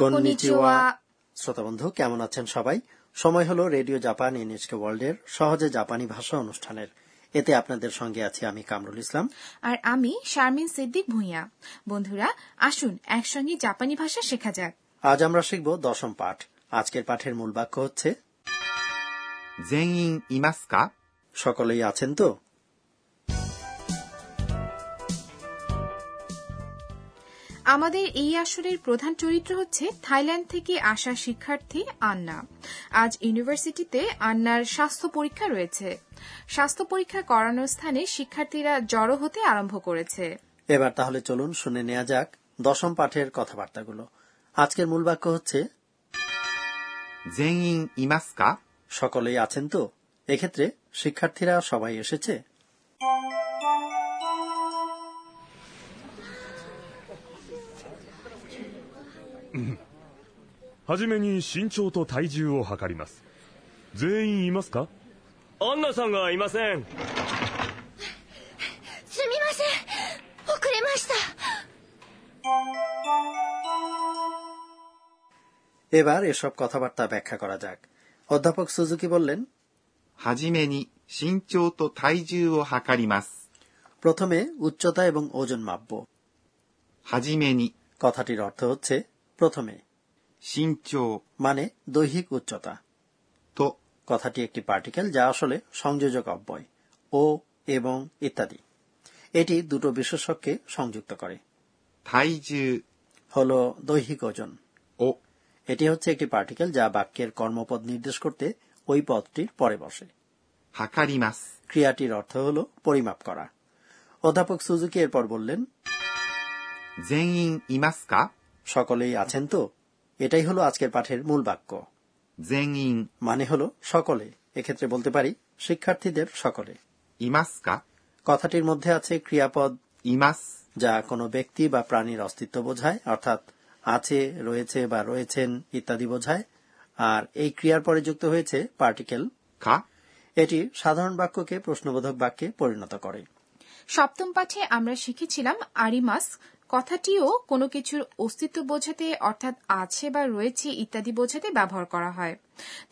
Konnichiwa. শ্রোতা বন্ধু কেমন আছেন সবাই সময় হলো রেডিও জাপান এনএচকে ওয়ার্ল্ডের সহজে জাপানি ভাষা অনুষ্ঠানের এতে আপনাদের সঙ্গে আছি আমি কামরুল ইসলাম আর আমি শারমিন সিদ্দিক ভুঁইয়া বন্ধুরা আসুন একসঙ্গে জাপানি ভাষা শেখা যাক আজ আমরা শিখব দশম পাঠ আজকের পাঠের মূল বাক্য হচ্ছে 全員いますか সকলেই আছেন তো আমাদের এই আসরের প্রধান চরিত্র হচ্ছে থাইল্যান্ড থেকে আসা শিক্ষার্থী আন্না আজ ইউনিভার্সিটিতে আন্নার স্বাস্থ্য পরীক্ষা রয়েছে স্বাস্থ্য পরীক্ষা করানোর স্থানে শিক্ষার্থীরা জড়ো হতে আরম্ভ করেছে এবার তাহলে চলুন শুনে নেওয়া যাক দশম পাঠের কথাবার্তাগুলো আজকের মূল বাক্য হচ্ছে 全員いますか সকলেই আছেন তো এক্ষেত্রে শিক্ষার্থীরা সবাই এসেছে はじめに身長と体重を測ります。全員いますかアンナさんがいませんすみません遅れました এবার এসব কথাবার্তা ব্যাখ্যা করা যাক অধ্যাপক সুজুকি বললেন はじめに身長と体重を測ります。 প্রথমে উচ্চতা এবং ওজন মাপব はじめに কথাটির অর্থ হচ্ছে প্রথমে 身長 মানে দৈহিক উচ্চতা と কথাটি একটি পার্টিকেল যা আসলে সংযোজক অব্যয় ও এবং ইত্যাদি এটি দুটো বিশেষককে সংযুক্ত করে 体重 হল দৈহিক ওজন を এটি হচ্ছে একটি পার্টিকেল যা বাক্যের কর্মপদ নির্দেশ করতে ওই পদটির পরে বসে 測ります。 ক্রিয়াটির অর্থ হল পরিমাপ করা অধ্যাপক সুজুকি এরপর বললেন 全員いますか সকলেই আছেন তো এটাই হলো আজকের পাঠের মূল বাক্য 全員 মানে হলো সকলে এক্ষেত্রে বলতে পারি শিক্ষার্থীদের সকলে いますか কথাটির মধ্যে আছে ক্রিয়াপদ います。 যা কোনো ব্যক্তি বা প্রাণীর অস্তিত্ব বোঝায় অর্থাৎ আছে রয়েছে বা রয়েছেন ইত্যাদি বোঝায় আর এই ক্রিয়ার পরে যুক্ত হয়েছে পার্টিকেল か এটি সাধারণ বাক্যকে প্রশ্নবোধক বাক্যে পরিণত করে সপ্তম পাঠে আমরা শিখেছিলাম আরিমাস কথাটিও কোনো কিছুর অস্তিত্ব বোঝাতে অর্থাৎ আছে বা রয়েছে ইত্যাদি বোঝাতে ব্যবহার করা হয়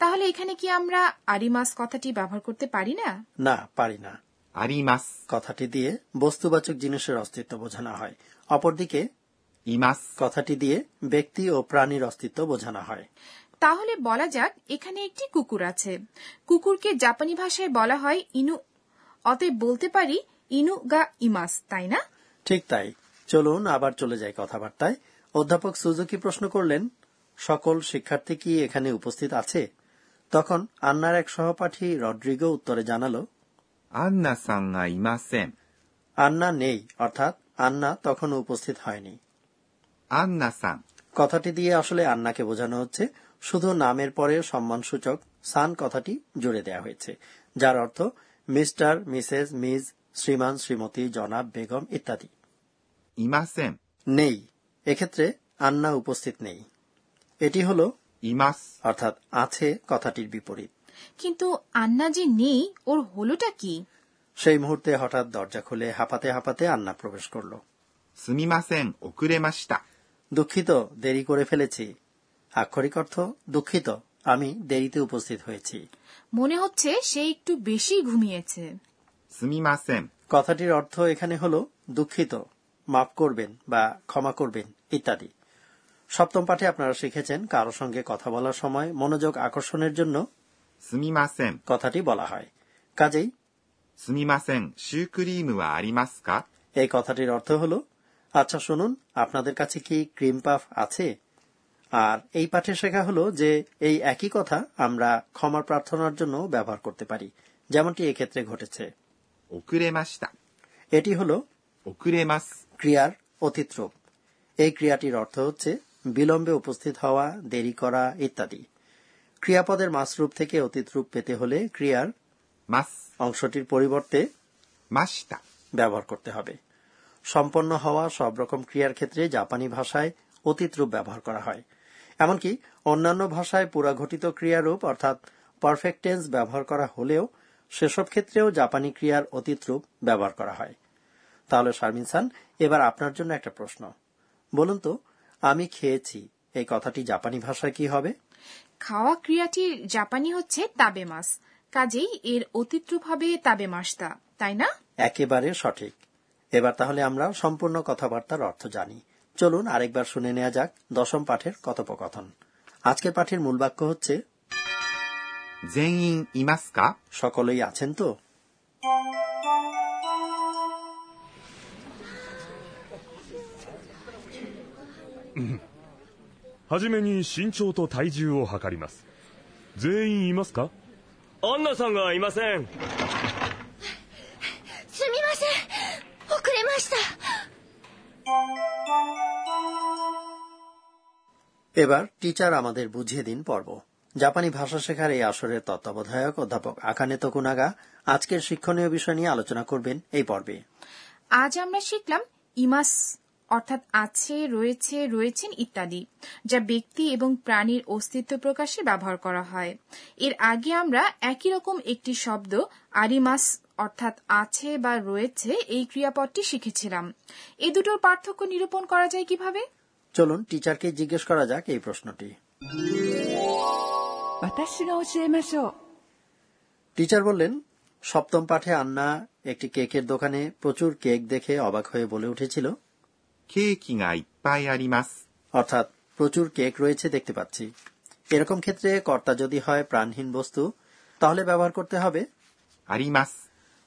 তাহলে এখানে কি আমরা আরিমাস কথাটি ব্যবহার করতে পারি না না পারি না あります。 কথাটি দিয়ে বস্তুবাচক জিনিসের অস্তিত্ব বোঝানো হয় অপরদিকে います。 কথাটি দিয়ে ব্যক্তি ও প্রাণীর অস্তিত্ব বোঝানো হয় তাহলে বলা যাক এখানে একটি কুকুর আছে কুকুরকে জাপানি ভাষায় বলা হয় ইনু অতএব বলতে পারি ইনু গা ইমাস তাই না ঠিক তাই চলুন আবার চলে যাই কথাবার্তায় অধ্যাপক সুজুকি প্রশ্ন করলেন সকল শিক্ষার্থী কি এখানে উপস্থিত আছে তখন আন্নার এক সহপাঠী রড্রিগো উত্তরে জানালো アンナさんがいません。 আন্না নেই অর্থাৎ আন্না তখনও উপস্থিত হয়নি アンナさん、 কথাটি দিয়ে আসলে আন্নাকে বোঝানো হচ্ছে শুধু নামের পরে সম্মানসূচক সান কথাটি জুড়ে দেয়া হয়েছে যার অর্থ মিস্টার মিসেস মিজ শ্রীমান শ্রীমতী জনাব বেগম ইত্যাদি いません。 নেই এক্ষেত্রে আন্না উপস্থিত নেই এটি হলো います。 অর্থাৎ আছে কথাটির বিপরীত কিন্তু আন্না যে নেই ওর হলোটা কি সেই মুহূর্তে হঠাৎ দরজা খুলে হাঁপাতে হাঁপাতে আন্না প্রবেশ করলো すみません。遅れました。 দুঃখিত দেরি করে ফেলেছি আক্ষরিক অর্থ দুঃখিত আমি দেরিতে উপস্থিত হয়েছি মনে হচ্ছে সে একটু বেশি ঘুমিয়েছে すみません。 কথাটির অর্থ এখানে হল দুঃখিত মাফ করবেন বা ক্ষমা করবেন ইত্যাদি সপ্তম পাঠে আপনারা শিখেছেন কারো সঙ্গে কথা বলার সময় মনোযোগ আকর্ষণের জন্য すみません。 কথাটি বলা হয় কাজেই すみません。シュークリームはありますか এই কথাটির অর্থ হলো আচ্ছা শুনুন আপনাদের কাছে কি ক্রিম পাফ আছে আর এই পাঠে শেখা হলো যে এই একই কথা আমরা ক্ষমা প্রার্থনার জন্য ব্যবহার করতে পারি যেমনটি এক্ষেত্রে ঘটেছে 遅れました。 এটি হলো 遅れます。 ক্রিয়ার অতীত রূপ এই ক্রিয়াটির অর্থ হচ্ছে বিলম্বে উপস্থিত হওয়া দেরি করা ইত্যাদি ক্রিয়াপদের মাসরূপ থেকে অতীত রূপ পেতে হলে ক্রিয়ার ます。 অংশটির পরিবর্তে ました。 ব্যবহার করতে হবে সম্পন্ন হওয়া সব রকম ক্রিয়ার ক্ষেত্রে জাপানি ভাষায় অতীত রূপ ব্যবহার করা হয় এমনকি অন্যান্য ভাষায় পুরাঘটিত ক্রিয়ারূপ অর্থাৎ পারফেক্ট টেন্স ব্যবহার করা হলেও সেসব ক্ষেত্রেও জাপানি ক্রিয়ার অতীত রূপ ব্যবহার করা হয় তাহলে শারমিন সান এবার আপনার জন্য একটা প্রশ্ন বলুন তো আমি খেয়েছি এই কথাটি জাপানি ভাষায় কি হবে খাওয়া ক্রিয়াটির জাপানি হচ্ছে তাবেমাস কাজেই এর অতিত্রূপ হবে তাবেমাস্তা তাই না একেবারে সঠিক এবার তাহলে আমরা সম্পূর্ণ কথাবার্তার অর্থ জানি চলুন আরেকবার শুনে নেওয়া যাক দশম পাঠের কথোপকথন আজকের পাঠের মূল বাক্য হচ্ছে 全員いますか সকলেই আছেন তো はじめに身長と体重を測ります全員いますかアンナさんがいませんすみません遅れました এবার টিচার আমাদের বুঝিয়ে দিন পর্ব জাপানি ভাষা শেখার এই আসরের তত্ত্বাবধায়ক অধ্যাপক আকানে তকুনাগা আজকের শিক্ষণীয় বিষয় নিয়ে আলোচনা করবেন এই পর্বে আজ আমরা শিখলাম ইমাস অর্থাৎ আছে রয়েছে রয়েছেন ইত্যাদি যা ব্যক্তি এবং প্রাণীর অস্তিত্ব প্রকাশে ব্যবহার করা হয় এর আগে আমরা একই রকম একটি শব্দ আরিমাস অর্থাৎ আছে বা রয়েছে এই ক্রিয়াপদটি শিখেছিলাম এ দুটোর পার্থক্য নিরূপণ করা যায় কিভাবে চলুন টিচারকে জিজ্ঞেস করা যাক এই প্রশ্নটি 私が教えましょう টিচার বললেন সপ্তম পাঠে আন্না একটি কেকের দোকানে প্রচুর কেক দেখে অবাক হয়ে বলে উঠেছিল ケーキがいっぱいあります。 অর্থাৎ প্রচুর কেক রয়েছে দেখতে পাচ্ছি এরকম ক্ষেত্রে কর্তা যদি হয় প্রাণহীন বস্তু তাহলে ব্যবহার করতে হবে あります。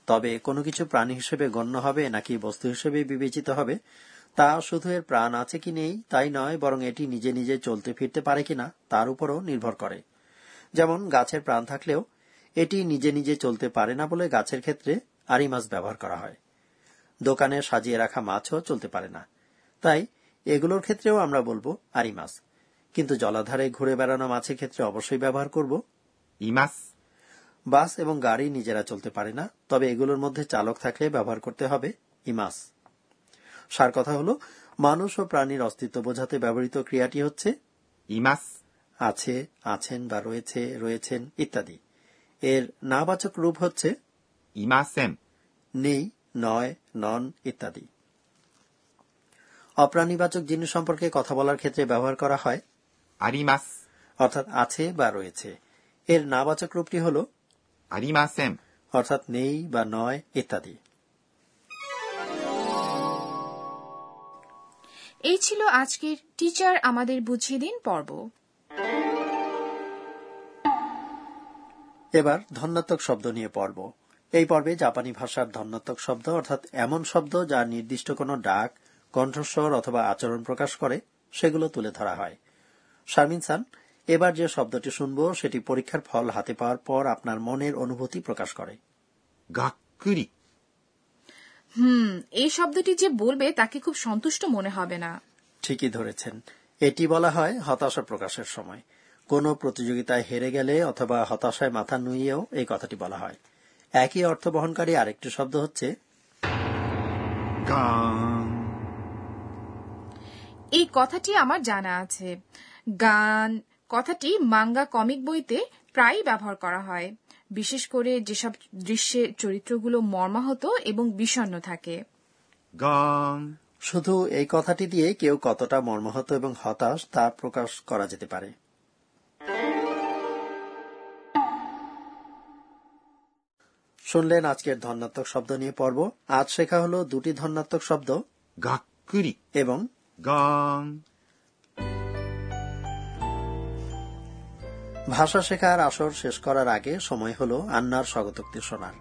তবে কোনো কিছু প্রাণী হিসেবে গণ্য হবে নাকি বস্তু হিসেবে বিবেচিত হবে তা শুধু এর প্রাণ আছে কি নেই তাই নয় বরং এটি নিজে নিজে চলতে ফিরতে পারে কিনা তার উপরও নির্ভর করে যেমন গাছের প্রাণ থাকলেও এটি নিজে নিজে চলতে পারে না বলে গাছের ক্ষেত্রে আরি মাছ ব্যবহার করা হয় দোকানে সাজিয়ে রাখা মাছও চলতে পারে না তাই এগুলোর ক্ষেত্রেও আমরা বলবো আরি মাছ কিন্তু জলাধারে ঘুরে বেড়ানো মাছের ক্ষেত্রে অবশ্যই ব্যবহার করব います。 বাস এবং গাড়ি নিজেরা চলতে পারে না তবে এগুলোর মধ্যে চালক থাকলে ব্যবহার করতে হবে ইমাস সার কথা হলো মানুষ ও প্রাণীর অস্তিত্ব বোঝাতে ব্যবহৃত ক্রিয়াটি হচ্ছে います。 আছে আছেন বা রয়েছে রয়েছেন ইত্যাদি এর নাবাচক রূপ হচ্ছে いません。 নেই নয় নন ইত্যাদি অপ্রাণীবাচক জিনিস সম্পর্কে কথা বলার ক্ষেত্রে ব্যবহার করা হয় あります。 অর্থাৎ আছে বা রয়েছে এর নাবাচক রূপটি হলো ありません。 অর্থাৎ নেই বা নয় ইত্যাদি এই ছিল আজকের টিচার আমাদের বুঝিয়ে দিন পর্ব এবার ধন্যাত্মক শব্দ নিয়ে পর্ব এই পর্বে জাপানি ভাষার ধন্যাত্মক শব্দ অর্থাৎ এমন শব্দ যা নির্দিষ্ট কোনো ডাক কণ্ঠস্বর অথবা আচরণ প্রকাশ করে সেগুলো তুলে ধরা হয় শারমিন সান এবার যে শব্দটি শুনব সেটি পরীক্ষার ফল হাতে পাওয়ার পর আপনার মনের অনুভূতি প্রকাশ করে がっくり。 হুম এই শব্দটি যে বলবে তাকে খুব সন্তুষ্ট মনে হবে না ঠিকই ধরেছেন এটি বলা হয় হতাশা প্রকাশের সময় কোনো প্রতিযোগিতায় হেরে গেলে অথবা হতাশায় মাথা নুইয়েও এই কথাটি বলা হয় একই অর্থ বহনকারী আরেকটি শব্দ হচ্ছে ガーン。 এই কথাটি আমার জানা আছে গান কথাটি মাঙ্গা কমিক বইতে প্রায়ই ব্যবহার করা হয় বিশেষ করে যেসব দৃশ্যে চরিত্রগুলো মর্মাহত এবং বিষণ্ণ থাকে ガーン。 শুধু এই কথাটি দিয়ে কেউ কতটা মর্মাহত এবং হতাশ তা প্রকাশ করা যেতে পারে শুনলেন আজকের ধন্যাত্মক শব্দ নিয়ে পর্ব আজ শেখা হলো দুটি ধন্যাত্মক শব্দ がっくり。 এবং ガーン。 ভাষা শেখার আসর শেষ করার আগে সময় হলো আন্নার স্বগতোক্তি শোনার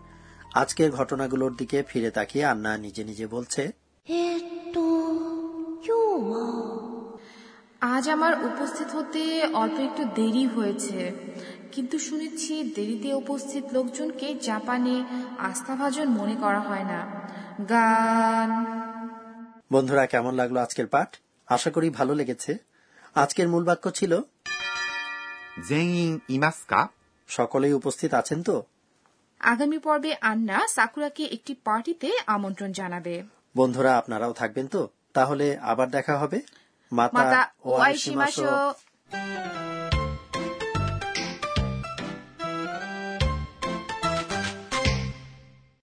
আজকের ঘটনাগুলোর দিকে ফিরে তাকিয়ে আন্না নিজে নিজে বলছে えーっと今日は আজ আমার উপস্থিত হতে অল্প একটু দেরি হয়েছে কিন্তু শুনেছি দেরিতে উপস্থিত লোকজনকে জাপানে আস্থাভাজন মনে করা হয় না গান বন্ধুরা কেমন লাগলো আজকের পাঠ আশা করি ভালো লেগেছে আজকের মূল বাক্য ছিল 全員いますか সকলেই উপস্থিত আছেন তো আগামী পর্বে আন্না সাকুরাকে একটি পার্টিতে আমন্ত্রণ জানাবে বন্ধুরা আপনারাও থাকবেন তো তাহলে আবার দেখা হবে মাতা মাতা ওয়াইশিমাশো ওয়াইশিমাশো